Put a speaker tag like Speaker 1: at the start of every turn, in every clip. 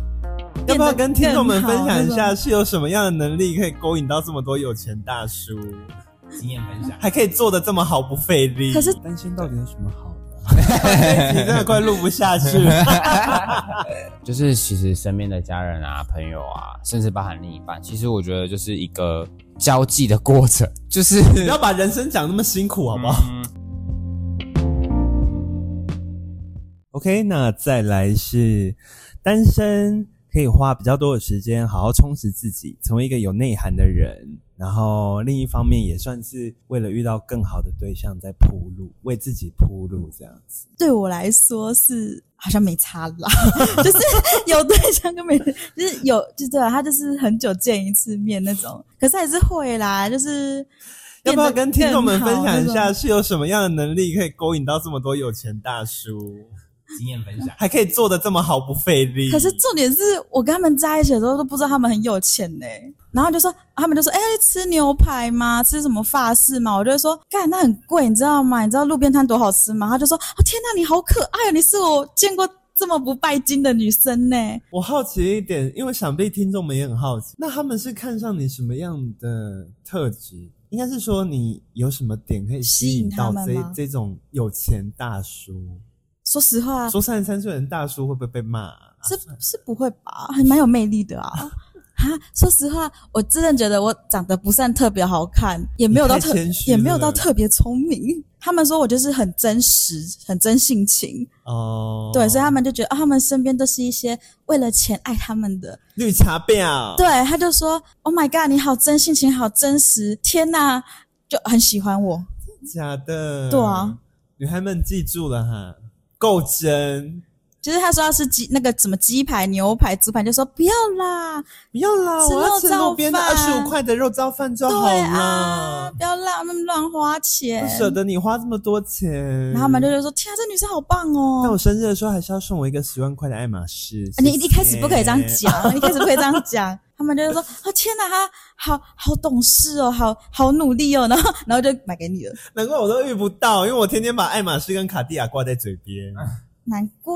Speaker 1: 要不
Speaker 2: 变得
Speaker 1: 要跟听众们分享一
Speaker 2: 更好
Speaker 1: 下，是有什么样的能力可以勾引到这么多有钱大叔，
Speaker 3: 经验分享。
Speaker 1: 还可以做的这么毫不费力？
Speaker 2: 可是
Speaker 1: 单身到底有什么好的？ 你真的快录不下去了。
Speaker 3: 就是其实身边的家人啊、朋友啊，甚至包含另一半，其实我觉得就是一个交际的过程， 就是
Speaker 1: 不要把人生讲那么辛苦，好不好、o k 那再来是单身，可以花比较多的时间好好充实自己，成为一个有内涵的人。然后另一方面也算是为了遇到更好的对象在铺路，为自己铺路这样子。
Speaker 2: 对我来说是好像没差啦， 就是有对象跟没，就是有就对啊，他就是很久见一次面那种，可是还是会啦，就是
Speaker 1: 要
Speaker 2: 变
Speaker 1: 不
Speaker 2: 得
Speaker 1: 要跟听众们分享一
Speaker 2: 更好
Speaker 1: 下，
Speaker 2: 那种？
Speaker 1: 是有什么样的能力可以勾引到这么多有钱大叔，
Speaker 3: 经验分享。
Speaker 1: 还可以做的这么毫不费力？
Speaker 2: 可是重点是我跟他们在一起的时候都不知道他们很有钱呢、然后就说他们就说哎、吃牛排吗？吃什么法式吗？我就会说干那很贵你知道吗？你知道路边摊多好吃吗？他就说哦天哪你好可爱哦，你是我见过这么不拜金的女生呢、
Speaker 1: 我好奇一点，因为想必听众们也很好奇，那他们是看上你什么样的特质？应该是说你有什么点可以吸引到
Speaker 2: 吸
Speaker 1: 这
Speaker 2: 引他们吗
Speaker 1: 这种有钱大叔？
Speaker 2: 说实话，
Speaker 1: 说三十三岁的人大叔会不会被骂、啊？
Speaker 2: 是是不会吧？ 还蛮有魅力 的啊！哈，说实话，我真的觉得我长得不算特别好看，也没有到
Speaker 1: 你
Speaker 2: 特
Speaker 1: 太谦虚了
Speaker 2: 也没有到特别聪明。 他们说我就是很真实、很真性情，
Speaker 1: 哦，
Speaker 2: 对，所以他们就觉得啊，他们身边都是一些为了钱爱他们的。
Speaker 1: 绿茶婊，
Speaker 2: 对，他就说：“Oh my god，你好真性情，好真实，天哪！”就很喜欢我，
Speaker 1: 假的，
Speaker 2: 对啊，
Speaker 1: 女孩们记住了哈，够真，
Speaker 2: 就是他说要吃鸡那个什么鸡排、牛排、猪排，就说不要啦，
Speaker 1: 不要啦，
Speaker 2: 吃
Speaker 1: 我要吃
Speaker 2: 肉燥
Speaker 1: 路边的二
Speaker 2: 饭
Speaker 1: 十五块的肉燥饭就
Speaker 2: 对
Speaker 1: 好
Speaker 2: 啊
Speaker 1: 了，，
Speaker 2: 不要让他们乱花钱，
Speaker 1: 不啊舍得你花这么多钱。
Speaker 2: 然后他们就就说：“天啊，这女生好棒哦！”
Speaker 1: 嗯但我生日的时候还是要送我一个十万块的爱马仕。
Speaker 2: 啊你
Speaker 1: 谢谢
Speaker 2: 一开始不可以这样， 讲，一开始不可以这样讲。他们就会说：“啊，天哪，她好好懂事哦，好好努力哦。”然后，然后就买给你了，
Speaker 1: 难怪我都遇不到，因为我天天把爱马仕跟卡地亚挂在嘴边，
Speaker 2: 难怪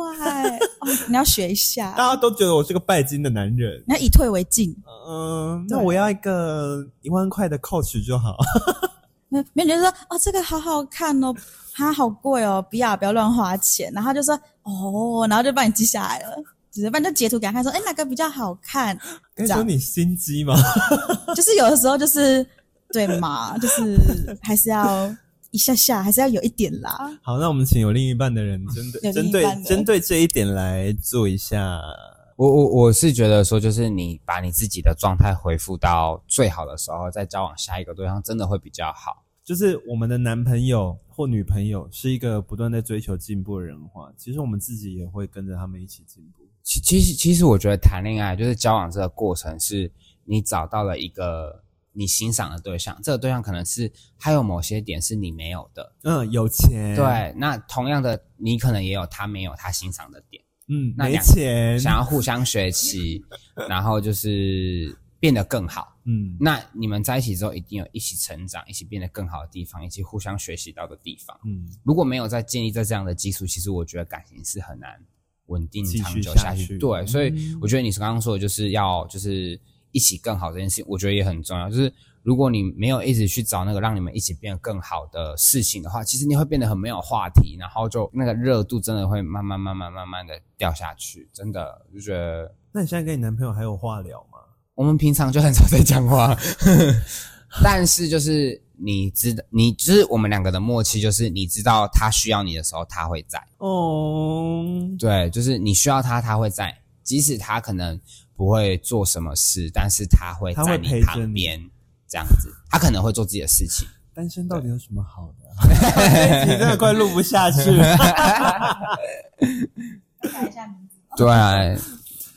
Speaker 2: 哦。你要学一下，
Speaker 1: 大家都觉得我是个拜金的男人。
Speaker 2: 你要以退为进。
Speaker 1: 嗯，
Speaker 2: 对
Speaker 1: 那我要一个一万块的 Coach 就好。
Speaker 2: 没有没有人就说：“哦，这个好好看哦，它好贵哦，不要不要乱花钱。”然后就说：“哦。”然后就帮你记下来了。只是，反正就截图给他看，说：“哎，哪个比较好看
Speaker 1: 跟你
Speaker 2: 这
Speaker 1: 说
Speaker 2: 样
Speaker 1: 你心机吗？？”
Speaker 2: 就是有的时候就是对 嘛，就是还是要一下下，还是要有一点啦。
Speaker 1: 好，那我们请有另一半的人针对
Speaker 2: 有另
Speaker 1: 针
Speaker 2: 一
Speaker 1: 对
Speaker 2: 半的
Speaker 1: 针对这一点来做一下。
Speaker 3: 我我我是觉得说，就是你把你自己的状态恢复到最好的时候，再交往下一个对象，真的会比较好。
Speaker 1: 就是我们的男朋友或女朋友是一个不断在追求进步的人的话，其实我们自己也会跟着他们一起进步。
Speaker 3: 其其实其实我觉得谈恋爱就是交往这个过程，是你找到了一个你欣赏的对象，这个对象可能是还有某些点是你没有的，
Speaker 1: 嗯，有钱，
Speaker 3: 对，那同样的，你可能也有他没有他欣赏的点，
Speaker 1: 嗯，
Speaker 3: 那
Speaker 1: 没
Speaker 3: 两
Speaker 1: 钱，
Speaker 3: 想要互相学习，然后就是变得更好。
Speaker 1: 嗯，
Speaker 3: 那你们在一起之后，一定有一起成长、一起变得更好的地方，以及互相学习到的地方。
Speaker 1: 嗯，
Speaker 3: 如果没有在建立在这样的基础，其实我觉得感情是很难稳定
Speaker 1: 继续
Speaker 3: 长久
Speaker 1: 下
Speaker 3: 下去。
Speaker 1: 去嗯
Speaker 3: 对，所以我觉得你刚刚说的就是要就是一起更好这件事情，我觉得也很重要。就是如果你没有一直去找那个让你们一起变得更好的事情的话，其实你会变得很没有话题，然后就那个热度真的会慢慢慢慢慢慢的掉下去。真的，我就觉得
Speaker 1: 那你现在跟你男朋友还有话聊吗？
Speaker 3: 我们平常就很少在讲 话，但是就是你知道，你就是我们两个的默契，就是你知道他需要你的时候，他会在。
Speaker 1: 哦，
Speaker 3: 对，就是你需要他，他会在，即使他可能不会做什么事，但是他会
Speaker 1: 他会
Speaker 3: 在
Speaker 1: 陪
Speaker 3: 你
Speaker 1: 着
Speaker 3: 旁
Speaker 1: 你
Speaker 3: 边，这样子，他可能会做自己的事情。
Speaker 1: 单身到底有什么好的、 啊？你真 的快录不下去了。
Speaker 2: 看一下名字。
Speaker 3: 对，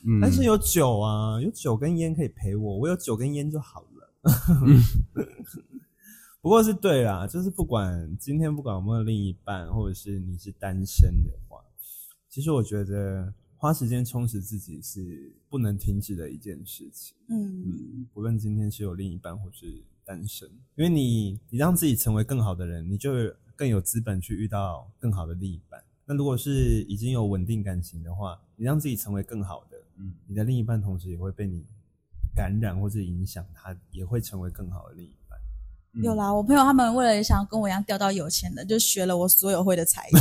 Speaker 3: 嗯
Speaker 1: 但是有酒啊，有酒跟烟可以陪我，我有酒跟烟就好了。嗯 不过是对啦，就是不管今天不管有没有另一半，或者是你是单身的话，其实我觉得花时间充实自己是不能停止的一件事情。
Speaker 2: 嗯，
Speaker 1: 嗯，不论今天是有另一半或是单身，因为你你让自己成为更好的人，你就更有资本去遇到更好的另一半。那如果是已经有稳定感情的话，你让自己成为更好的，
Speaker 3: 嗯
Speaker 1: 你的另一半同时也会被你感染或者影响，他也会成为更好的另一半。
Speaker 3: 嗯
Speaker 2: 有啦，我朋友他们为了想跟我一样钓到有钱的，就学了我所有会的才艺，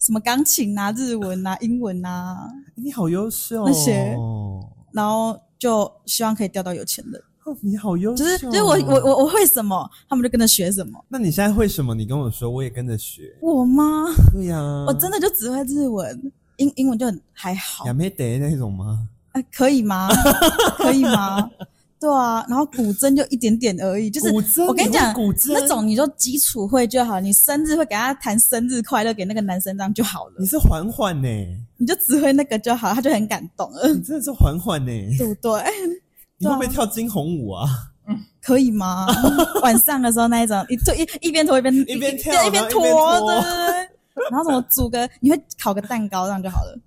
Speaker 2: 什么钢琴啊、日文啊、英文啊，
Speaker 1: 诶你好优秀、哦，
Speaker 2: 那些然后就希望可以钓到有钱的。
Speaker 1: 哦你好优秀，哦
Speaker 2: 就是就是我我我我会什么，他们就跟着学什么。
Speaker 1: 那你现在会什么？你跟我说，我也跟着学。
Speaker 2: 我吗？
Speaker 1: 对呀、
Speaker 2: 我真的就只会日文，英英文就很还好
Speaker 1: 亚，美得那种吗？
Speaker 2: 哎，可以吗？ 可以吗？对啊，然后古筝就一点点而已，就是
Speaker 1: 古筝
Speaker 2: 我跟
Speaker 1: 你会
Speaker 2: 讲，
Speaker 1: 古筝
Speaker 2: 那种你就基础会就好，你生日会给他弹生日快乐给那个男生这样就好了
Speaker 1: 你，是缓缓呢，
Speaker 2: 你就只会那个就好，他就很感动了，
Speaker 1: 你真的是缓缓呢。
Speaker 2: 对啊不对？
Speaker 1: 你会不会跳惊鸿舞啊？
Speaker 2: 可以吗？晚上的时候那一种，一拖一一边拖一边
Speaker 1: 一边跳
Speaker 2: 一边
Speaker 1: 然后一边
Speaker 2: 拖，
Speaker 1: 拖
Speaker 2: 对 对对。然后什么煮个，你会烤个蛋糕这样就好了，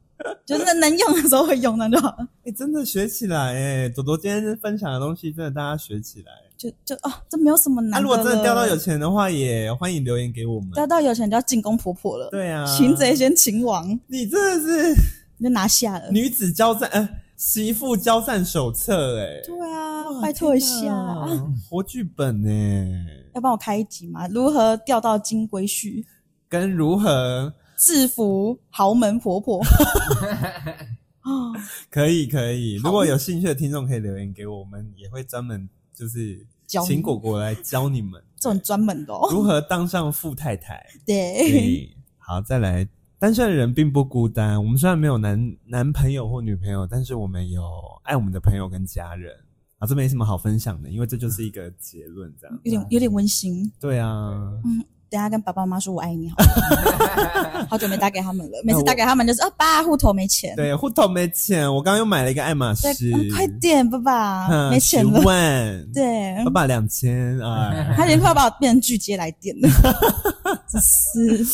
Speaker 2: 就是能用的时候会用这样就好了。
Speaker 1: 哎、真的学起来哎！朵朵今天分享的东西，真的大家学起来。
Speaker 2: 就就哦，这没有什么
Speaker 1: 那、
Speaker 2: 难的了。
Speaker 1: 啊如果真的钓到有钱的话，也欢迎留言给我们。
Speaker 2: 钓到有钱就要进攻婆婆了，
Speaker 1: 对啊，
Speaker 2: 擒呃贼先擒王，
Speaker 1: 你真的是
Speaker 2: 你就拿下了。
Speaker 1: 女子交战，呃，媳妇交战手册哎、
Speaker 2: 对啊
Speaker 1: 哇，
Speaker 2: 拜托一下
Speaker 1: 天，哪活剧本哎呢、
Speaker 2: 要帮我开一集吗？如何钓到金龟婿，
Speaker 1: 跟如何
Speaker 2: 制服豪门婆婆？ 啊，
Speaker 1: 可以可以，
Speaker 2: 好
Speaker 1: 如果有兴趣的听众可以留言给我我们，也会专门就是
Speaker 2: 教你
Speaker 1: 请果果来教你们
Speaker 2: 这种专门的哦，
Speaker 1: 如何当上富太太。
Speaker 2: 对，
Speaker 1: 对，好，再来，单身的人并不孤单。我们虽然没有男男朋友或女朋友，但是我们有爱我们的朋友跟家人。啊，这没什么好分享的，因为这就是一个结论，这样。
Speaker 3: 嗯
Speaker 2: 有点有点温馨。
Speaker 1: 对啊，
Speaker 2: 等一下跟爸爸妈妈说我 爱你好了，好久没打给他们了，每次打给他们就是啊爸户头没钱，
Speaker 1: 对，户头没钱，我刚刚又买了一个爱马
Speaker 2: 对
Speaker 1: 仕，
Speaker 2: 嗯快点爸爸
Speaker 1: 嗯
Speaker 2: 没钱了
Speaker 1: 10，万，
Speaker 2: 对，
Speaker 1: 爸爸两千啊，
Speaker 2: 他已经快要把我变成巨接来电 了，真是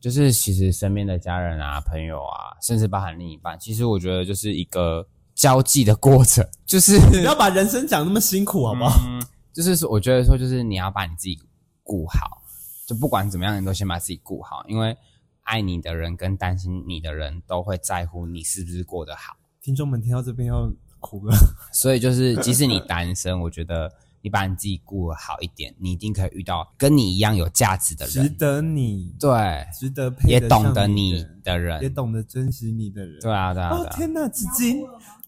Speaker 3: 就是其实身边的家人啊、朋友啊，甚至包含另一半，其实我觉得就是一个交际的过程，就是
Speaker 1: 不要把人生讲那么辛苦，好不好？
Speaker 3: 嗯，就是说我觉得说，就是你要把你自己顾好，就不管怎么样，你都先把自己顾好，因为爱你的人跟担心你的人都会在乎你是不是过得好，
Speaker 1: 听众们听到这边要哭了，
Speaker 3: 所以就是即使你单身，我觉得你把你自己顾好一点，你一定可以遇到跟你一样有价值的
Speaker 1: 值
Speaker 3: 人，
Speaker 1: 得你，
Speaker 3: 对，
Speaker 1: 值得配
Speaker 3: 也
Speaker 1: 得
Speaker 3: 懂
Speaker 1: 上
Speaker 3: 得
Speaker 1: 你
Speaker 3: 你
Speaker 1: 的也
Speaker 3: 的人，
Speaker 1: 懂得珍惜你的人。
Speaker 3: 对啊，对啊，
Speaker 1: 哦
Speaker 3: 对啊。
Speaker 1: 天哪，纸巾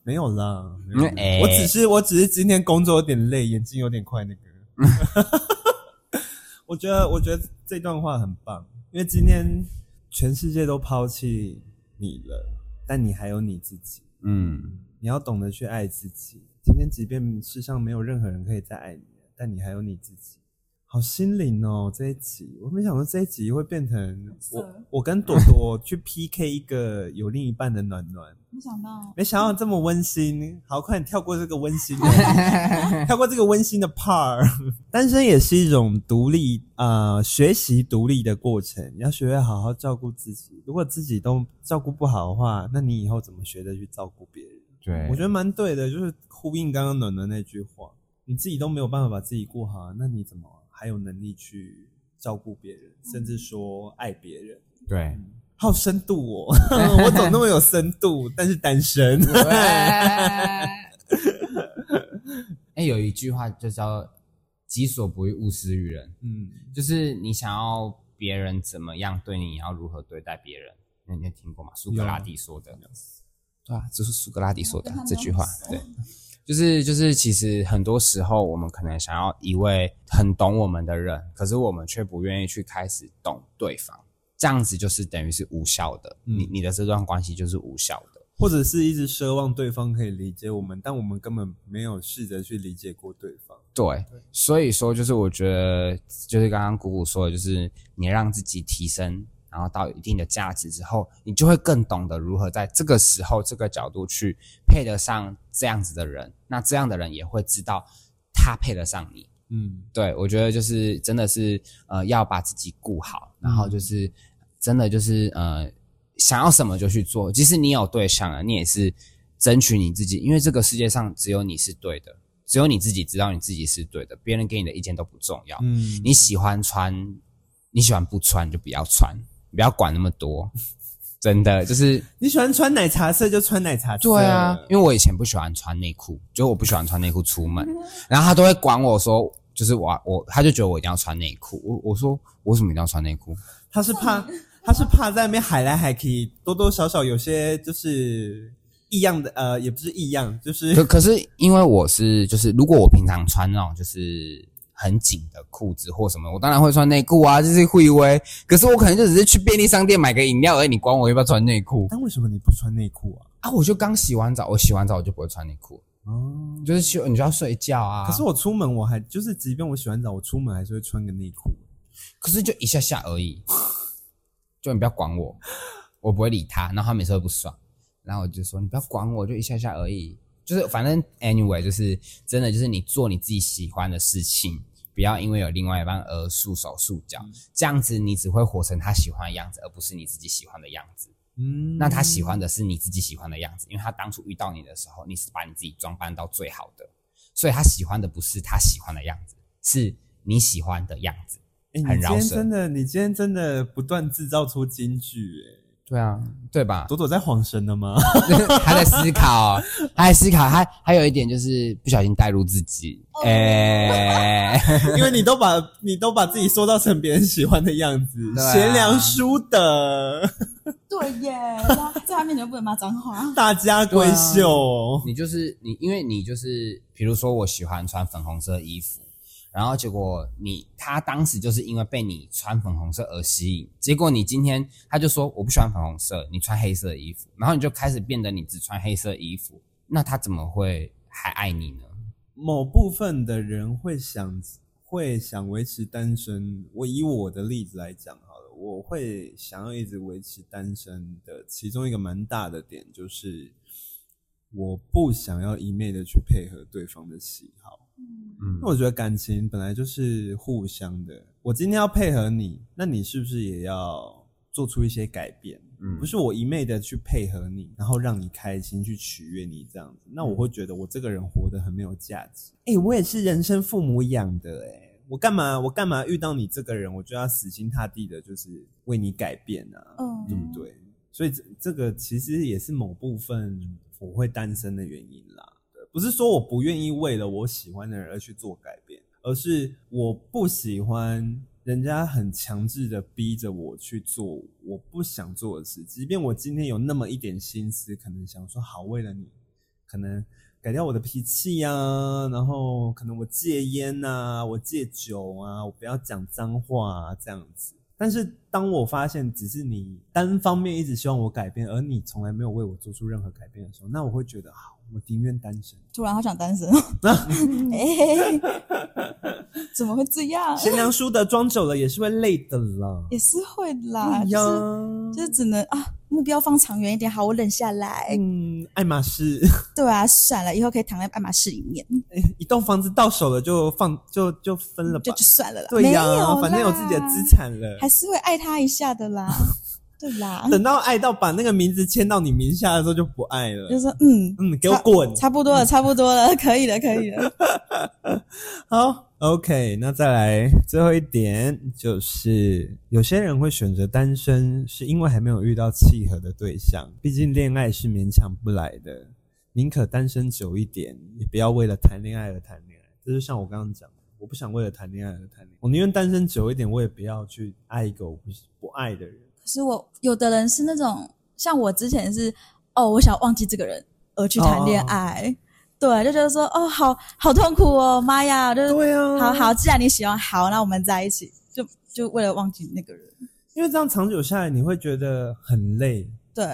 Speaker 1: 没有啦，没有啦
Speaker 3: 哎
Speaker 1: 我只是我只是今天工作有点累，眼睛有点快那个。 我觉得我觉得这段话很棒，因为今天全世界都抛弃你了，但你还有你自己，
Speaker 3: 嗯，
Speaker 1: 你要懂得去爱自己。今天即便世上没有任何人可以再爱你了，但你还有你自己。好心灵哦，这一集我没想到这一集会变成我
Speaker 2: 色
Speaker 1: 我跟朵朵去 PK 一个有另一半的暖暖。
Speaker 2: 没想到哦
Speaker 1: 没想到这么温馨，好，快点跳过这个温馨的，跳过这个温馨的 part。单身也是一种独立，呃，学习独立的过程，要学会好好照顾自己。如果自己都照顾不好的话，那你以后怎么学着去照顾别人？
Speaker 3: 对，
Speaker 1: 我觉得蛮对的，就是呼应刚刚暖暖那句话，你自己都没有办法把自己顾好，那你怎么还有能力去照顾别人，甚至说爱别人？
Speaker 3: 对，
Speaker 1: 好深度哦， 我怎么那么有深度？但是单身。
Speaker 3: 嗯哎、 有一句话就叫“己所不欲，勿施于人
Speaker 1: 嗯，”，
Speaker 3: 就是你想要别人怎么样对你，你要如何对待别人。那你有听过吗？苏格拉底说的。对啊，这是苏格拉底说的这句话。对，就是就是，其实很多时候我们可能想要一位很懂我们的人，可是我们却不愿意去开始懂对方，这样子就是等于是无效的。
Speaker 1: 嗯
Speaker 3: 你你的这段关系就是无效的。
Speaker 1: 或者是一直奢望对方可以理解我们，但我们根本没有试着去理解过对方。
Speaker 3: 对，所以说就是我觉得，就是刚刚谷谷说的，就是你让自己提升，然后到一定的价值之后，你就会更懂得如何在这个时候、这个角度去配得上这样子的人，那这样的人也会知道他配得上你。
Speaker 1: 嗯，
Speaker 3: 对，我觉得就是真的是呃，要把自己顾好，然后就是真的就是呃，想要什么就去做。即使你有对象啊了，你也是争取你自己，因为这个世界上只有你是对的，只有你自己知道你自己是对的，别人给你的意见都不重要。
Speaker 1: 嗯
Speaker 3: 你喜欢穿，你喜欢不穿你就不要穿，你不要管那么多。真的就是
Speaker 1: 你喜欢穿奶茶色就穿奶茶色，
Speaker 3: 对啊，因为我以前不喜欢穿内裤，就是我不喜欢穿内裤出门，然后他都会管我说，就是我我他就觉得我一定要穿内裤，我我说我为什么一定要穿内裤？
Speaker 1: 他是怕他是怕在那边海来海去，多多少少有些就是异样的，呃，也不是异样，就是
Speaker 3: 可可是因为我是就是如果我平常穿那种就是很紧的裤子或什么，我当然会穿内裤啊，就是会以为，可是我可能就只是去便利商店买个饮料而已，哎你管我要不要穿内裤
Speaker 1: 但为什么你不穿内裤啊？
Speaker 3: 啊？我就刚洗完澡，我洗完澡我就不会穿内裤，
Speaker 1: 哦，
Speaker 3: 就是洗你就要睡觉啊。
Speaker 1: 可是我出门我还就是，即便我洗完澡，我出门还是会穿个内裤。
Speaker 3: 可是就一下下而已，就你不要管我，我不会理他。然后他每次都不爽，然后我就说你不要管我，就一下下而已。就是反正 anyway，就是真的就是你做你自己喜欢的事情，不要因为有另外一半而束手束脚，这样子你只会活成他喜欢的样子，而不是你自己喜欢的样子。
Speaker 1: 嗯，
Speaker 3: 那他喜欢的是你自己喜欢的样子，因为他当初遇到你的时候，你是把你自己装扮到最好的，所以他喜欢的不是他喜欢的样子，是你喜欢的样子。
Speaker 1: 哎、
Speaker 3: 很
Speaker 1: 你今
Speaker 3: 饶
Speaker 1: 天
Speaker 3: 舌
Speaker 1: 真的，你今天真的不断制造出金句、哎
Speaker 3: 对啊，对吧？
Speaker 1: 朵朵在晃神了吗？
Speaker 3: 他在思考，他在思考，他还有一点就是不小心带入自己，哎、
Speaker 1: 因为你都把你都把自己塑造成别人喜欢的样子，
Speaker 3: 对啊
Speaker 1: 贤良淑德，
Speaker 2: 对耶，然后在他面前不能骂脏话。啊
Speaker 1: 大家闺秀。
Speaker 3: 你就是你，因为你就是，比如说我喜欢穿粉红色衣服，然后结果你他当时就是因为被你穿粉红色而吸引，结果你今天他就说我不喜欢粉红色，你穿黑色的衣服，然后你就开始变得你只穿黑色衣服，那他怎么会还爱你呢？
Speaker 1: 某部分的人会想会想维持单身，我以我的例子来讲好了，我会想要一直维持单身的其中一个蛮大的点就是，我不想要一昧的去配合对方的喜好。
Speaker 3: 嗯
Speaker 1: 因为我觉得感情本来就是互相的。我今天要配合你，那你是不是也要做出一些改变？
Speaker 3: 嗯
Speaker 1: 不是我一昧的去配合你，然后让你开心，去取悦你这样子，那我会觉得我这个人活得很没有价值。哎、我也是人生父母养的、诶我干嘛我干嘛遇到你这个人，我就要死心塌地的，就是为你改变啊，
Speaker 2: 嗯
Speaker 1: 对不对？所以这这个其实也是某部分我会单身的原因啦。对不是说我不愿意为了我喜欢的人而去做改变，而是我不喜欢人家很强制的逼着我去做我不想做的事。即便我今天有那么一点心思，可能想说好为了你，可能改掉我的脾气呀、然后可能我戒烟啊呐、我戒酒啊，我不要讲脏话啊，这样子。但是当我发现只是你单方面一直希望我改变，而你从来没有为我做出任何改变的时候，那我会觉得啊，我宁愿单 身。
Speaker 2: 突然好想 单身，哎、怎么会这样？
Speaker 1: 贤良淑德装久了也是会累的啦。
Speaker 2: 也是会啦，
Speaker 1: 哎
Speaker 2: 就
Speaker 1: 呀
Speaker 2: 是就是只能啊，目标放长远一点，好，我忍下来。
Speaker 1: 嗯，爱马仕
Speaker 2: 对啊，算了，以后可以躺在爱马仕里面，
Speaker 1: 一栋房子到手了就放就就分了吧
Speaker 2: 就，就算了啦。
Speaker 1: 对呀、
Speaker 2: 没有啦
Speaker 1: 反正有自己的资，产了。
Speaker 2: 还是会爱他一下的 啦。对啦，
Speaker 1: 等到爱到把那个名字签到你名下的时候就不爱了。
Speaker 2: 就说嗯，
Speaker 1: 嗯，给我滚！
Speaker 2: 差不多了，差不多了，可以了，可以了。
Speaker 1: 好，OK，那再来最后一点，就是有些人会选择单身，是因为还没有遇到契合的对象。毕竟恋爱是勉强不来的，宁可单身久一点，也不要为了谈恋爱而谈恋爱。这就像我刚刚讲的，我不想为了谈恋爱而谈恋爱，我宁愿单身久一点，我也不要去爱一个我不不爱的人。
Speaker 2: 可是我有的人是那种，像我之前是哦，我想忘记这个人而去谈恋爱，对，就觉得说哦，好好痛苦哦，妈呀，就是
Speaker 1: 对啊，
Speaker 2: 好好，既然你喜欢，好，那我们在一起，就就为了忘记那个人，
Speaker 1: 因为这样长久下来，你会觉得很累。
Speaker 2: 对，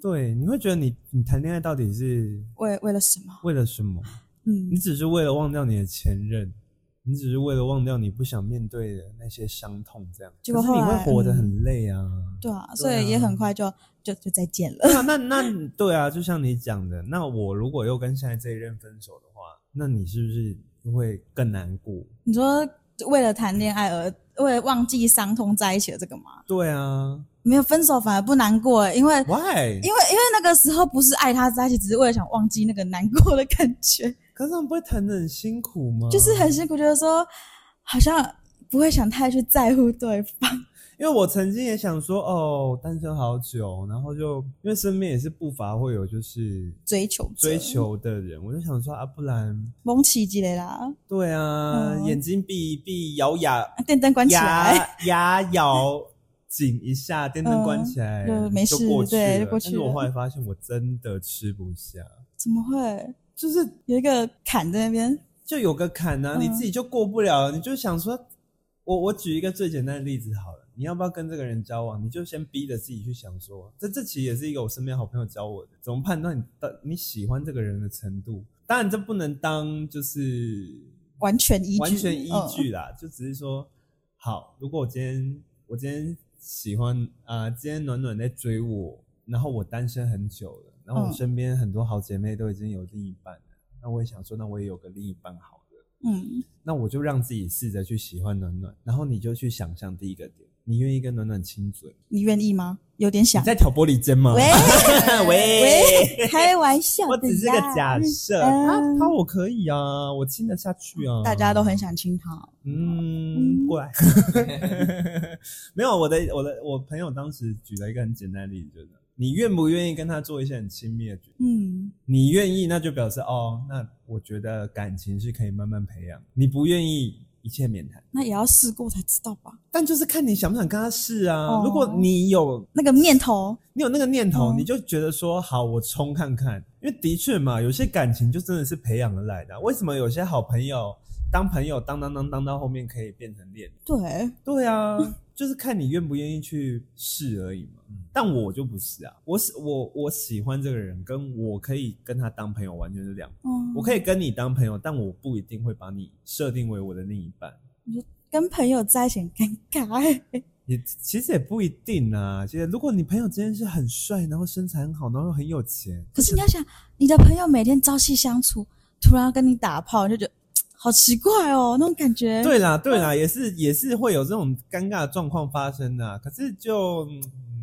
Speaker 1: 对，你会觉得你你谈恋爱到底是
Speaker 2: 为为了什么？
Speaker 1: 为了什么？你
Speaker 2: 嗯，
Speaker 1: 只是为了忘掉你的前任，你只是为了忘掉你不想面对的那些伤痛，这样。
Speaker 2: 结果
Speaker 1: 可是你
Speaker 2: 后
Speaker 1: 会
Speaker 2: 来
Speaker 1: 活得
Speaker 2: 嗯
Speaker 1: 很累 啊。
Speaker 2: 对啊，所以
Speaker 1: 啊
Speaker 2: 也很快就就就再见了。
Speaker 1: 对啊，那那对啊，就像你讲的，那我如果又跟现在这一任分手的话，那你是不是就会更难过？
Speaker 2: 你说为了谈恋爱而为了忘记伤痛在一起的这个吗？
Speaker 1: 对 啊
Speaker 2: 没有分手反而不难过，欸因为
Speaker 1: ，Why？
Speaker 2: 因为因为那个时候不是爱他在一起，只是为了想忘记那个难过的感觉，
Speaker 1: 可是他们不会谈的很辛苦吗？
Speaker 2: 就是很辛苦，就是说好像不会想太去在乎对方。
Speaker 1: 因为我曾经也想说，哦，单身好久，然后就因为身边也是不乏会有就是
Speaker 2: 追求者
Speaker 1: 追求的人，我就想说啊，不然
Speaker 2: 蒙奇之类啦，
Speaker 1: 对啊，
Speaker 2: 嗯
Speaker 1: 眼睛闭一闭，咬牙
Speaker 2: 啊电灯关起来，
Speaker 1: 牙牙咬紧一下，电灯关起来，
Speaker 2: 嗯就没事
Speaker 1: 就过去
Speaker 2: 对
Speaker 1: 了。
Speaker 2: 就过去
Speaker 1: 但是我
Speaker 2: 了
Speaker 1: 后来发现我真的吃不下，
Speaker 2: 怎么会
Speaker 1: 就是
Speaker 2: 有一个坎在那边？
Speaker 1: 就有个坎呢、
Speaker 2: 嗯
Speaker 1: 你自己就过不了，你就想说，我我举一个最简单的例子好了，你要不要跟这个人交往？你就先逼着自己去想说，这这其实也是一个我身边好朋友教我的，怎么判断你到你喜欢这个人的程度？当然这不能当就是
Speaker 2: 完全依据，
Speaker 1: 完全依
Speaker 2: 嗯
Speaker 1: 据啦，就只是说，好，如果我今天我今天喜欢啊、呃今天暖暖在追我，然后我单身很久了，然后我
Speaker 2: 嗯
Speaker 1: 身边很多好姐妹都已经有另一半了，那我也想说，那我也有个另一半好了，
Speaker 2: 嗯，
Speaker 1: 那我就让自己试着去喜欢暖暖，然后你就去想象第一个点，你愿意跟暖暖亲嘴？
Speaker 2: 你愿意吗？有点
Speaker 1: 你
Speaker 2: 想。
Speaker 1: 在挑拨离间吗？
Speaker 2: 喂
Speaker 1: 喂
Speaker 2: 喂，开玩笑的
Speaker 1: 我
Speaker 2: 呀，
Speaker 1: 只是个假设，
Speaker 2: 嗯
Speaker 1: 他他我可以啊，我亲得下去啊，
Speaker 2: 大家都很想亲他。
Speaker 1: 嗯，
Speaker 2: 嗯
Speaker 1: 过来。 没有，我的我的我朋友当时举了一个很简单的例子，就是你愿不愿意跟他做一些很亲密的举动？
Speaker 2: 嗯，
Speaker 1: 你愿意，那就表示哦，那我觉得感情是可以慢慢培养。你不愿意，一切免谈。
Speaker 2: 那也要试过才知道吧？
Speaker 1: 但就是看你想不想跟他试啊。
Speaker 2: 哦
Speaker 1: 如果你有
Speaker 2: 那个念头，
Speaker 1: 你有那个念头，
Speaker 2: 嗯
Speaker 1: 你就觉得说好，我冲看看。因为的确嘛，有些感情就真的是培养而来的啊、为什么有些好朋友当朋友当当当当到后面可以变成恋人？
Speaker 2: 对，
Speaker 1: 对啊，就是看你愿不愿意去试而已嘛。但我就不是啊，我喜我我喜欢这个人，跟我可以跟他当朋友完全是两。
Speaker 2: 嗯，
Speaker 1: 我可以跟你当朋友，但我不一定会把你设定为我的另一半。
Speaker 2: 跟朋友在一起很尴尬，
Speaker 1: 也其实也不一定啊。其实如果你朋友今天是很帅，然后身材很好，然后又很有钱，
Speaker 2: 可是你要想，你的朋友每天朝夕相处，突然要跟你打炮，你就觉得好奇怪哦，那种感觉。，
Speaker 1: 对啦对
Speaker 2: 嗯
Speaker 1: 啦，也是也是会有这种尴尬的状况发生的啊、可是就、嗯、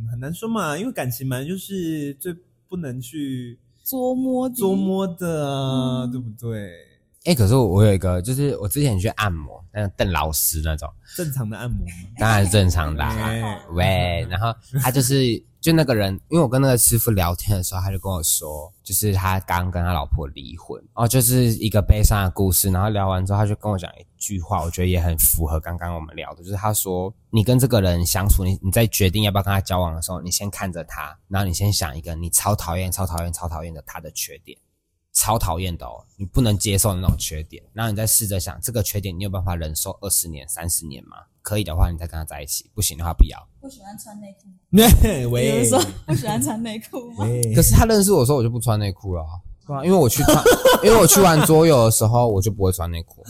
Speaker 1: 很难说嘛，因为感情嘛，就是最不能去
Speaker 2: 捉摸的
Speaker 1: 捉，摸的啊，
Speaker 2: 嗯
Speaker 1: 对不对？
Speaker 3: 哎、可是我我有一个，就是我之前去按摩，那个邓老师那种，
Speaker 1: 正常的按摩嘛，
Speaker 3: 当然是正常的、啊。
Speaker 1: 哎
Speaker 3: 喂，然后他就是就那个人，因为我跟那个师傅聊天的时候，他就跟我说，就是他刚跟他老婆离婚，哦，就是一个悲伤的故事。然后聊完之后，他就跟我讲一句话，我觉得也很符合刚刚我们聊的，就是他说，你跟这个人相处，你你在决定要不要跟他交往的时候，你先看着他，然后你先想一个你超讨厌、超讨厌、超讨厌的他的缺点。超讨厌的哦，你不能接受的那种缺点，然后你再试着想这个缺点，你有办法忍受二十年、三十年吗？可以的话，你再跟他在一起；不行的话，不要。
Speaker 2: 不喜欢穿内裤吗？
Speaker 1: 喂
Speaker 2: 有
Speaker 1: 喂
Speaker 2: 人说 不喜欢穿内裤吗？
Speaker 1: 喂
Speaker 3: 可是他认识我的时候，我就不穿内裤了啊、对啊，因为我去看，因为我去玩桌游的时候，我就不会穿内裤，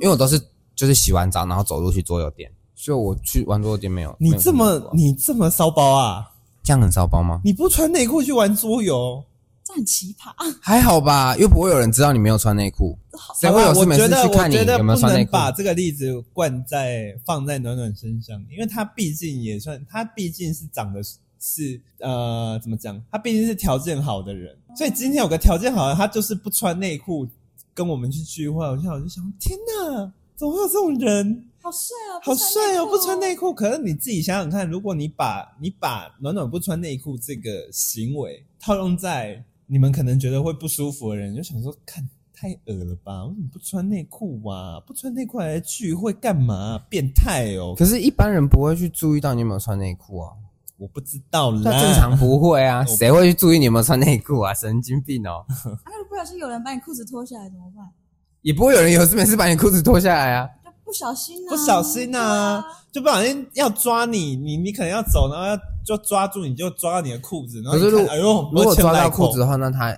Speaker 3: 因为我都是就是洗完澡然后走路去桌游店，所以我去玩桌游店没有。
Speaker 1: 你
Speaker 3: 没有
Speaker 1: 这
Speaker 3: 穿内
Speaker 1: 么
Speaker 3: 裤啊
Speaker 1: 你这么骚包啊？
Speaker 3: 这样很骚包吗？
Speaker 1: 你不穿内裤去玩桌游？
Speaker 2: 这很奇葩。啊
Speaker 3: 还好吧，又不会有人知道你没有穿内裤，谁
Speaker 1: 好吧
Speaker 3: 会有事
Speaker 1: 我
Speaker 3: 没
Speaker 1: 觉
Speaker 3: 事
Speaker 1: 得
Speaker 3: 去看你
Speaker 1: 我觉得
Speaker 3: 有没有
Speaker 1: 不
Speaker 3: 穿内
Speaker 1: 能
Speaker 3: 裤？
Speaker 1: 把这个例子灌在放在暖暖身上，因为她毕竟也算，她毕竟是长得是呃怎么讲？她毕竟是条件好的人，所以今天有个条件好的，她就是不穿内裤跟我们去聚会，我就想我就想，天哪，怎么会有这种人？
Speaker 2: 好帅哦，
Speaker 1: 好帅哦，不穿内
Speaker 2: 裤。
Speaker 1: 裤。可是你自己想想看，如果你把你把暖暖不穿内裤这个行为套用在你们可能觉得会不舒服的人，就想说，看太恶了吧？为什么不穿内裤啊？不穿内裤还来聚会干嘛？变态哦！
Speaker 3: 可是，一般人不会去注意到你有没有穿内裤啊。
Speaker 1: 我不知道
Speaker 3: 那
Speaker 1: 啦，
Speaker 3: 正常不会 啊，
Speaker 1: 我
Speaker 3: 谁会去注意你有没有穿内裤啊？神经病哦！
Speaker 2: 啊那如果不小心有人把你裤子脱下来怎么办？
Speaker 3: 也不会有人有事没事把你裤子脱下来啊。
Speaker 2: 就不小心啊，
Speaker 1: 不小心啊，
Speaker 2: 对
Speaker 1: 就不小心要抓你，你你可能要走，然后要就抓住你就抓到你的裤子，然后
Speaker 3: 可
Speaker 1: 你
Speaker 3: 是
Speaker 1: 看
Speaker 3: 如
Speaker 1: 哎呦，
Speaker 3: 如果
Speaker 1: 我欠
Speaker 3: 抓
Speaker 1: 赖
Speaker 3: 到
Speaker 1: 口
Speaker 3: 裤子的话，那他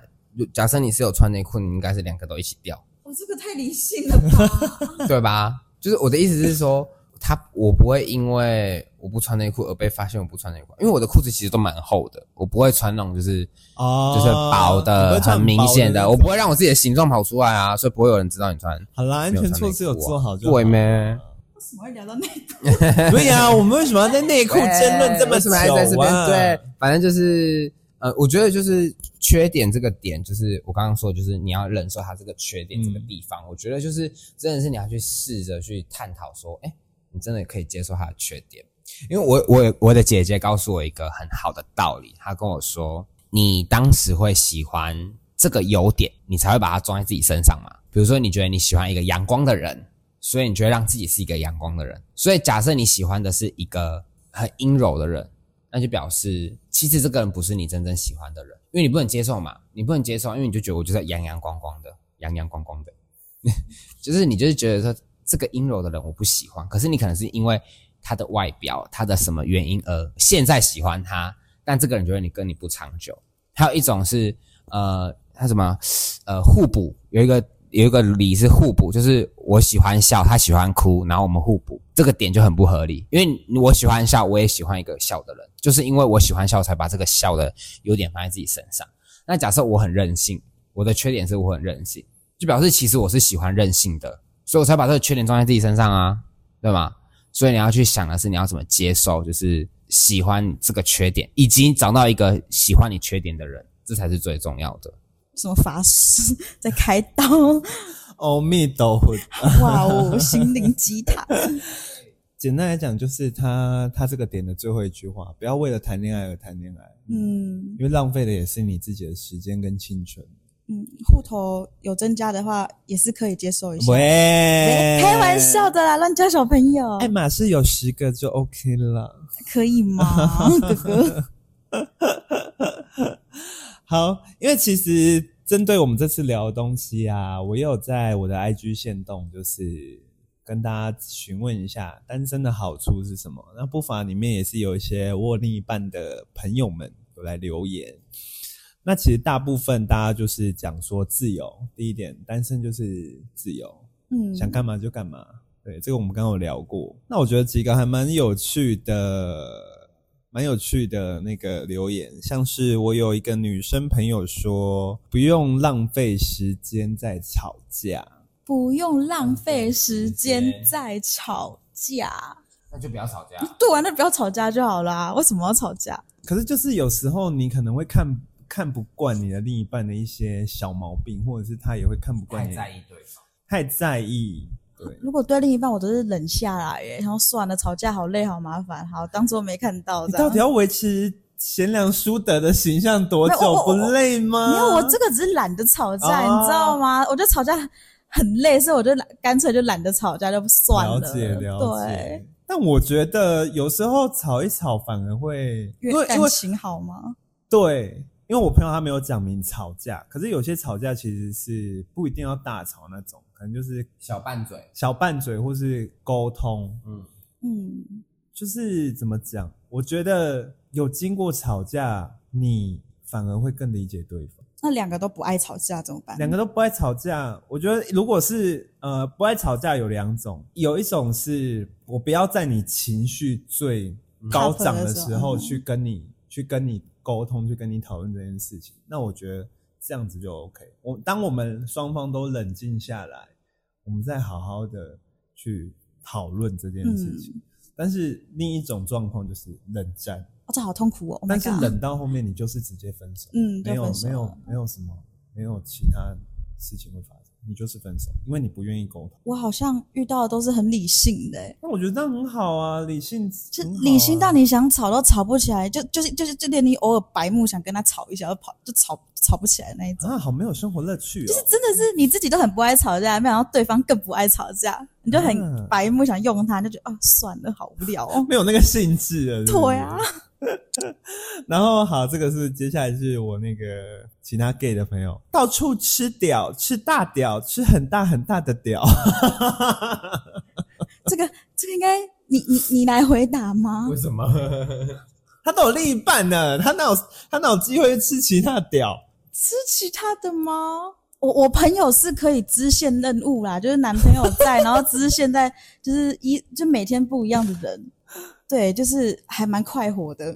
Speaker 3: 假设你是有穿内裤，你应该是两个都一起掉，
Speaker 2: 我哦这个太理性了吧？
Speaker 3: 对吧？就是我的意思是说，他我不会因为我不穿内裤而被发现我不穿内裤，因为我的裤子其实都蛮厚的，我不会穿那种就是
Speaker 1: 哦，
Speaker 3: 就是薄
Speaker 1: 你不
Speaker 3: 的
Speaker 1: 会、穿
Speaker 3: 很明显
Speaker 1: 薄
Speaker 3: 的，
Speaker 1: 那
Speaker 3: 我
Speaker 1: 种
Speaker 3: 不会让我自己的形状跑出来啊，所以不会有人知道你穿。
Speaker 1: 好啦，安全措施有做好就好
Speaker 3: 对啊咩？
Speaker 2: 为什么会聊到内裤？
Speaker 1: 对呀、我们为什么要在内裤争论这么
Speaker 3: 哎为
Speaker 1: 久
Speaker 3: 什么还在这边？
Speaker 1: 啊？
Speaker 3: 对，，反正就是呃，我觉得就是缺点这个点，就是我刚刚说，就是你要忍受它这个缺点这个地方。我觉得就是真的是你要去试着去探讨说，哎、你真的可以接受它的缺点，因为我我我的姐姐告诉我一个很好的道理，她跟我说，你当时会喜欢这个优点，你才会把它装在自己身上嘛。比如说，你觉得你喜欢一个阳光的人，所以你就会让自己是一个阳光的人。所以，假设你喜欢的是一个很阴柔的人，那就表示其实这个人不是你真正喜欢的人，因为你不能接受嘛，你不能接受，啊因为你就觉得我就是阳阳光光的，阳阳光光的， 就是你就是觉得说这个阴柔的人我不喜欢，可是你可能是因为他的外表、他的什么原因而现在喜欢他，但这个人觉得你跟你不长久。还有一种是呃，他什么呃互补，有一个有一个理是互补，就是我喜欢笑，他喜欢哭，然后我们互补，这个点就很不合理，因为我喜欢笑，我也喜欢一个笑的人，就是因为我喜欢笑，才把这个笑的优点放在自己身上。那假设我很任性，我的缺点是我很任性，就表示其实我是喜欢任性的，所以我才把这个缺点装在自己身上啊，对吗？所以你要去想的是你要怎么接受，就是喜欢这个缺点，以及找到一个喜欢你缺点的人，这才是最重要的。
Speaker 2: 什么法师在开 刀，
Speaker 1: 哦，蜜豆腐。
Speaker 2: 哇哦，心灵鸡汤。
Speaker 1: 简单来讲，就是他他这个点的最后一句话，不要为了谈恋爱而谈恋爱，
Speaker 2: 嗯
Speaker 1: 因为浪费的也是你自己的时间跟青春。
Speaker 2: 嗯，户头有增加的话，也是可以接受一
Speaker 3: 啊
Speaker 2: 下。
Speaker 1: 喂
Speaker 2: 没，开玩笑，的啦，乱交小朋友，
Speaker 1: 爱马仕有十个就 OK 了。
Speaker 2: 可以 吗？哥哥，
Speaker 1: 好，因为其实针对我们这次聊的东西啊，我也有在我的 IG 线动，就是跟大家询问一下单身的好处是什么。那不乏里面也是有一些我有另一半的朋友们有来留言。那其实大部分大家就是讲说自由，第一点，单身就是自由，
Speaker 2: 嗯，
Speaker 1: 想干嘛就干嘛。对，这个我们刚刚有聊过。那我觉得几个还蛮有趣的，蛮有趣的那个留言，像是我有一个女生朋友说，不用浪费时间在吵架。
Speaker 2: 不用浪费时间在吵架。
Speaker 3: 那就不要吵架。
Speaker 2: 对啊，那不要吵架就好啦。为什么要吵架？
Speaker 1: 可是就是有时候你可能会看看不惯你的另一半的一些小毛病，或者是他也会看不惯你，
Speaker 3: 意对方。
Speaker 1: 太在意。对，
Speaker 2: 如果对另一半我都是忍下来耶，然后算了，吵架好累好麻烦，好当做没看到
Speaker 1: 你
Speaker 2: 这样
Speaker 1: 到底。要维持贤良淑德的形象多
Speaker 2: 没有
Speaker 1: 久？
Speaker 2: 我
Speaker 1: 不
Speaker 2: 我
Speaker 1: 累吗？
Speaker 2: 没有，我这个只是懒得吵架，
Speaker 1: 哦
Speaker 2: 你知道吗？我觉得吵架很累，所以我就懒干脆就懒得吵架，就不算了。
Speaker 1: 了解了
Speaker 2: 对，
Speaker 1: 解。但我觉得有时候吵一吵反而会，因
Speaker 2: 因为
Speaker 1: 为因
Speaker 2: 感
Speaker 1: 为
Speaker 2: 情好吗？
Speaker 1: 对，因为我朋友他没有讲明吵架，可是有些吵架其实是不一定要大吵那种，可能就是
Speaker 3: 小拌嘴，
Speaker 1: 小拌嘴或是沟通，
Speaker 3: 嗯，
Speaker 2: 嗯，
Speaker 1: 就是怎么讲？我觉得有经过吵架，你反而会更理解对方。
Speaker 2: 那两个都不爱吵架怎么办？
Speaker 1: 两个都不爱吵架，我觉得如果是呃不爱吵架有两种，有一种是我不要在你情绪最高涨的时候
Speaker 2: 嗯
Speaker 1: 去跟你去跟你沟通，去跟你讨论这件事情，那我觉得这样子就 OK。我当我们双方都冷静下来，我们再好好的去讨论这件事
Speaker 2: 嗯
Speaker 1: 情。但是另一种状况就是冷战，
Speaker 2: 哦，这好痛苦哦。Oh my
Speaker 1: 但是
Speaker 2: God
Speaker 1: 冷到后面你就是直接分手。
Speaker 2: 嗯，
Speaker 1: 没
Speaker 2: 就
Speaker 1: 有
Speaker 2: 分手
Speaker 1: 没有
Speaker 2: 了
Speaker 1: 没有什么，没有其他事情会发生，你就是分手，因为你不愿意沟通。
Speaker 2: 我好像遇到的都是很理性的欸，
Speaker 1: 那我觉得这样很好啊，理性
Speaker 2: 就
Speaker 1: 很好啊
Speaker 2: 理性到你想吵都吵不起来，就就是就是就连你偶尔白目想跟他吵一下，都跑就吵吵不起来那一种。
Speaker 1: 啊，好没有生活乐趣哦。
Speaker 2: 就是真的是你自己都很不爱吵架，没想到对方更不爱吵架，你就
Speaker 1: 嗯
Speaker 2: 很白目想用他，就觉得啊算了，好无聊哦。
Speaker 1: 没有那个兴致了，是不是
Speaker 2: 对啊。
Speaker 1: 然后好，这个是接下来是我那个其他 gay 的朋友，到处吃屌，吃大屌，吃很大很大的屌。
Speaker 2: 这个这个应该你你你来回答吗？
Speaker 3: 什么？
Speaker 1: 他都有另一半呢，他哪有他哪有机会吃其他的屌？
Speaker 2: 是其他的吗？我我朋友是可以支线任务啦，就是男朋友在， 然后支线在，就是一就每天不一样的人，对，就是还蛮快活 的。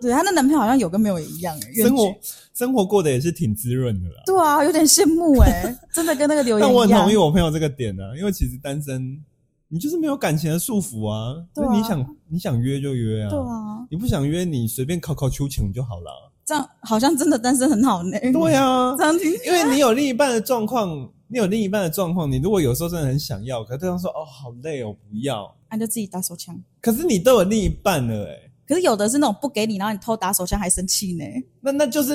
Speaker 2: 对，她那男朋友好像有跟没有也一样、欸，远距
Speaker 1: 生活生活过得也是挺滋润的啦。
Speaker 2: 对啊，有点羡慕哎、 真的跟那个留言
Speaker 1: 但
Speaker 2: 一
Speaker 1: 我
Speaker 2: 样。
Speaker 1: 很同意我朋友这个点呢、因为其实单身，你就是没有感情的束缚啊，
Speaker 2: 对啊
Speaker 1: 那你想你想约就约啊，
Speaker 2: 对啊，
Speaker 1: 你不想约你随便考考秋情就好了。
Speaker 2: 这样好像真的单身很好呢、
Speaker 1: 对啊，
Speaker 2: 这样听
Speaker 1: 因为你有另一半的状况，你有另一半的状况，你如果有时候真的很想要，可是对方说哦好累哦不要，
Speaker 2: 那、啊就自己打手枪。
Speaker 1: 可是你都有另一半了哎、
Speaker 2: 可是有的是那种不给你，然后你偷打手枪还生气呢。
Speaker 1: 那那就是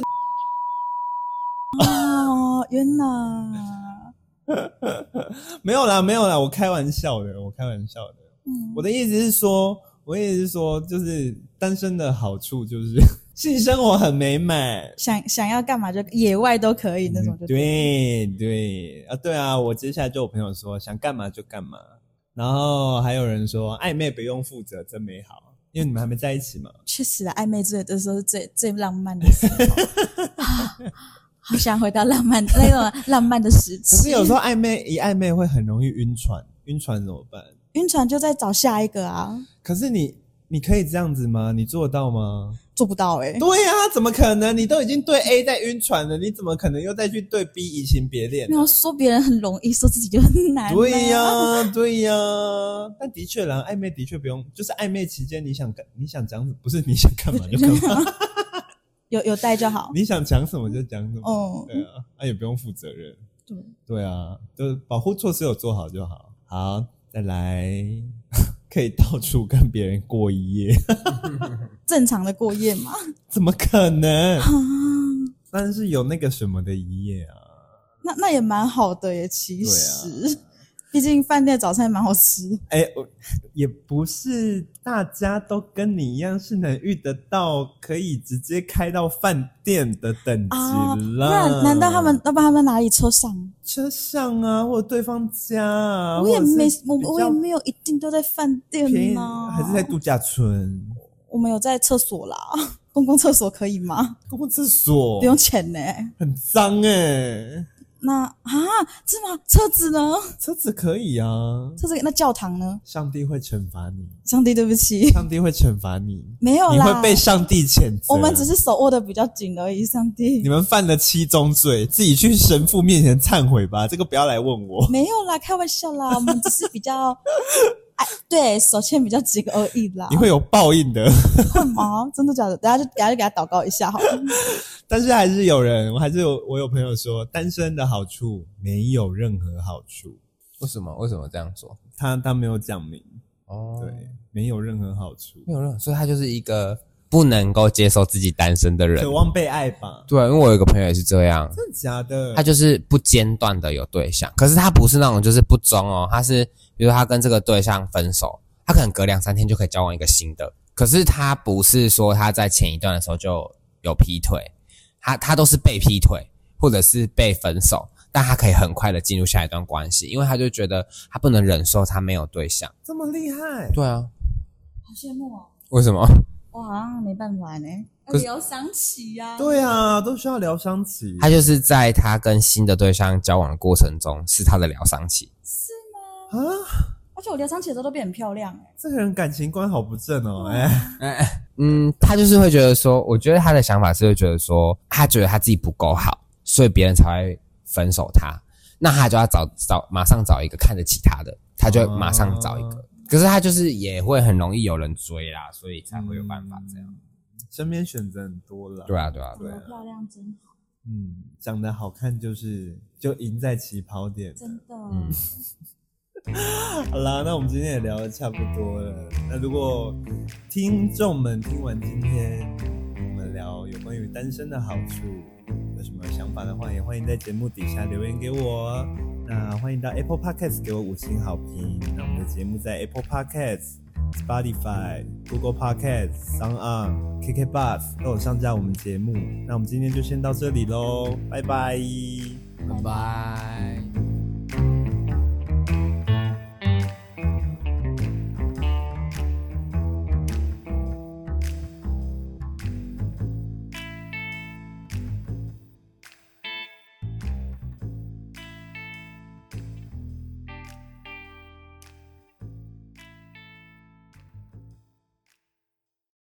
Speaker 1: 啊
Speaker 2: 哦，原来
Speaker 1: 没有啦没有啦，我开玩笑的，我开玩笑的。
Speaker 2: 嗯
Speaker 1: 我的意思是说，我的意思是说，就是单身的好处就是 性生活很美满。
Speaker 2: 想想要干嘛就野外都可以那种就了
Speaker 1: 嗯对对啊，对啊，我接下来就有朋友说想干嘛就干嘛，然后还有人说暧昧不用负责，真美好，因为你们还没在一起嘛。
Speaker 2: 确实啊，暧昧最的时候是最最浪漫的时候 啊，好想回到浪漫那种浪漫的时期。
Speaker 1: 可是有时候暧昧一暧昧会很容易晕船，晕船怎么办？
Speaker 2: 晕船就在找下一个啊，
Speaker 1: 可是你你可以这样子吗？你做得到吗？
Speaker 2: 做不到哎、
Speaker 1: 对呀、怎么可能？你都已经对 A 在晕船了，你怎么可能又再去对 B 移情别恋
Speaker 2: 没？有说别人很容易，说自己就很难、啊
Speaker 1: 对呀、、对呀、但的确啦，暧昧的确不用，就是暧昧期间你想干你想讲什不是你想干嘛就干嘛，
Speaker 2: 有有带就好。
Speaker 1: 你想讲什么就讲什么。
Speaker 2: 哦
Speaker 1: 对啊，那、也不用负责任。
Speaker 2: 对，
Speaker 1: 对啊，就是保护措施有做好就好。好，再来，可以到处跟别人过一夜，
Speaker 2: 正常的过夜嘛。
Speaker 1: 怎么可能？
Speaker 2: 啊，
Speaker 1: 但是有那个什么的一夜啊。
Speaker 2: 那那也蛮好的耶，其
Speaker 1: 对啊
Speaker 2: 实，毕竟饭店早餐也蛮好吃。
Speaker 1: 哎、我也不是大家都跟你一样是能遇得到可以直接开到饭店的等级
Speaker 2: 啊，
Speaker 1: 啦。
Speaker 2: 那难道他们，要不然他们哪里车上？
Speaker 1: 车上啊，或者对方家啊，
Speaker 2: 我也
Speaker 1: 或者是
Speaker 2: 没，我
Speaker 1: 比较
Speaker 2: 我也没有一定都在饭店
Speaker 1: 便宜，
Speaker 2: 吗？
Speaker 1: 还是在度假村？
Speaker 2: 我们有在厕所啦，公共厕所可以吗？
Speaker 1: 公共厕所
Speaker 2: 不用钱呢。
Speaker 1: 很脏哎、
Speaker 2: 那啊，是吗？车子呢？
Speaker 1: 车子可以啊，
Speaker 2: 车子那教堂呢？
Speaker 1: 上帝会惩罚你，
Speaker 2: 上帝，对不起，
Speaker 1: 上帝会惩罚你，
Speaker 2: 没有
Speaker 1: 你
Speaker 2: 啦。
Speaker 1: 会被上帝谴责。
Speaker 2: 我们只是手握的比较紧而已，上帝
Speaker 1: 你。们犯了七宗罪，自己去神父面前忏悔吧，这个不要来问我。
Speaker 2: 没有啦，开玩笑啦，我们只是比 较，哎，对手欠比较紧而已啦
Speaker 1: 你。会有报应的。
Speaker 2: 会吗？真的假的？等下就等下就给他祷告一下好了。
Speaker 1: 但是还是有人，我还是有我有朋友说，单身的好处没有任何好处，
Speaker 3: 为什么为什么这样做？
Speaker 1: 他他没有讲明，
Speaker 3: 哦，
Speaker 1: 对，没有任何好处，
Speaker 3: 没有任何，所以他就是一个不能够接受自己单身的人
Speaker 1: 渴。望被爱吧？
Speaker 3: 对，啊因为我有一个朋友也是这样，
Speaker 1: 真的假的？
Speaker 3: 他就是不间断的有对象，可是他不是那种就是不忠哦，他是比如说他跟这个对象分手，他可能隔两三天就可以交往一个新的，可是他不是说他在前一段的时候就有劈腿，他他都是被劈腿或者是被分手，但他可以很快的进入下一段关系，因为他就觉得他不能忍受他没有对象。
Speaker 1: 这么厉害，
Speaker 3: 对啊，
Speaker 2: 好羡慕哦，
Speaker 3: 为什么？
Speaker 2: 我好像没办法呢。哎
Speaker 3: 可是
Speaker 2: 疗伤期呀
Speaker 1: 对啊，都需要疗伤期。
Speaker 3: 他就是在他跟新的对象交往的过程中，是他的疗伤期。
Speaker 1: 啊，
Speaker 2: 而且我疗伤期的时候都变很漂亮哎。
Speaker 1: 这个人感情观好不正哦，哎，
Speaker 3: 嗯，他就是会觉得说，我觉得他的想法是会觉得说，他觉得他自己不够好，所以别人才会分手他。那他就要找找马上找一个看得起他的，他就会马上找一个。
Speaker 1: 哦
Speaker 3: 可是他就是也会很容易有人追啦，所以才会有办法这样。
Speaker 1: 身边选择很多了，
Speaker 3: 对，啊，对啊，对
Speaker 2: 长
Speaker 3: 啊。
Speaker 2: 得漂亮真好，
Speaker 1: 嗯，长得好看就是就赢在起跑点，
Speaker 2: 真的。
Speaker 3: 嗯
Speaker 1: 好啦，那我们今天也聊的差不多了。那如果听众们听完今天我们聊有关于单身的好处，有什么想法的话，也欢迎在节目底下留言给我哦。那欢迎到 Apple Podcast 给我五星好评。那我们的节目在 Apple Podcast、Spotify、Google Podcast、Sound On、KK Bus 都有上架我们节目。那我们今天就先到这里喽，拜拜。
Speaker 3: 拜拜。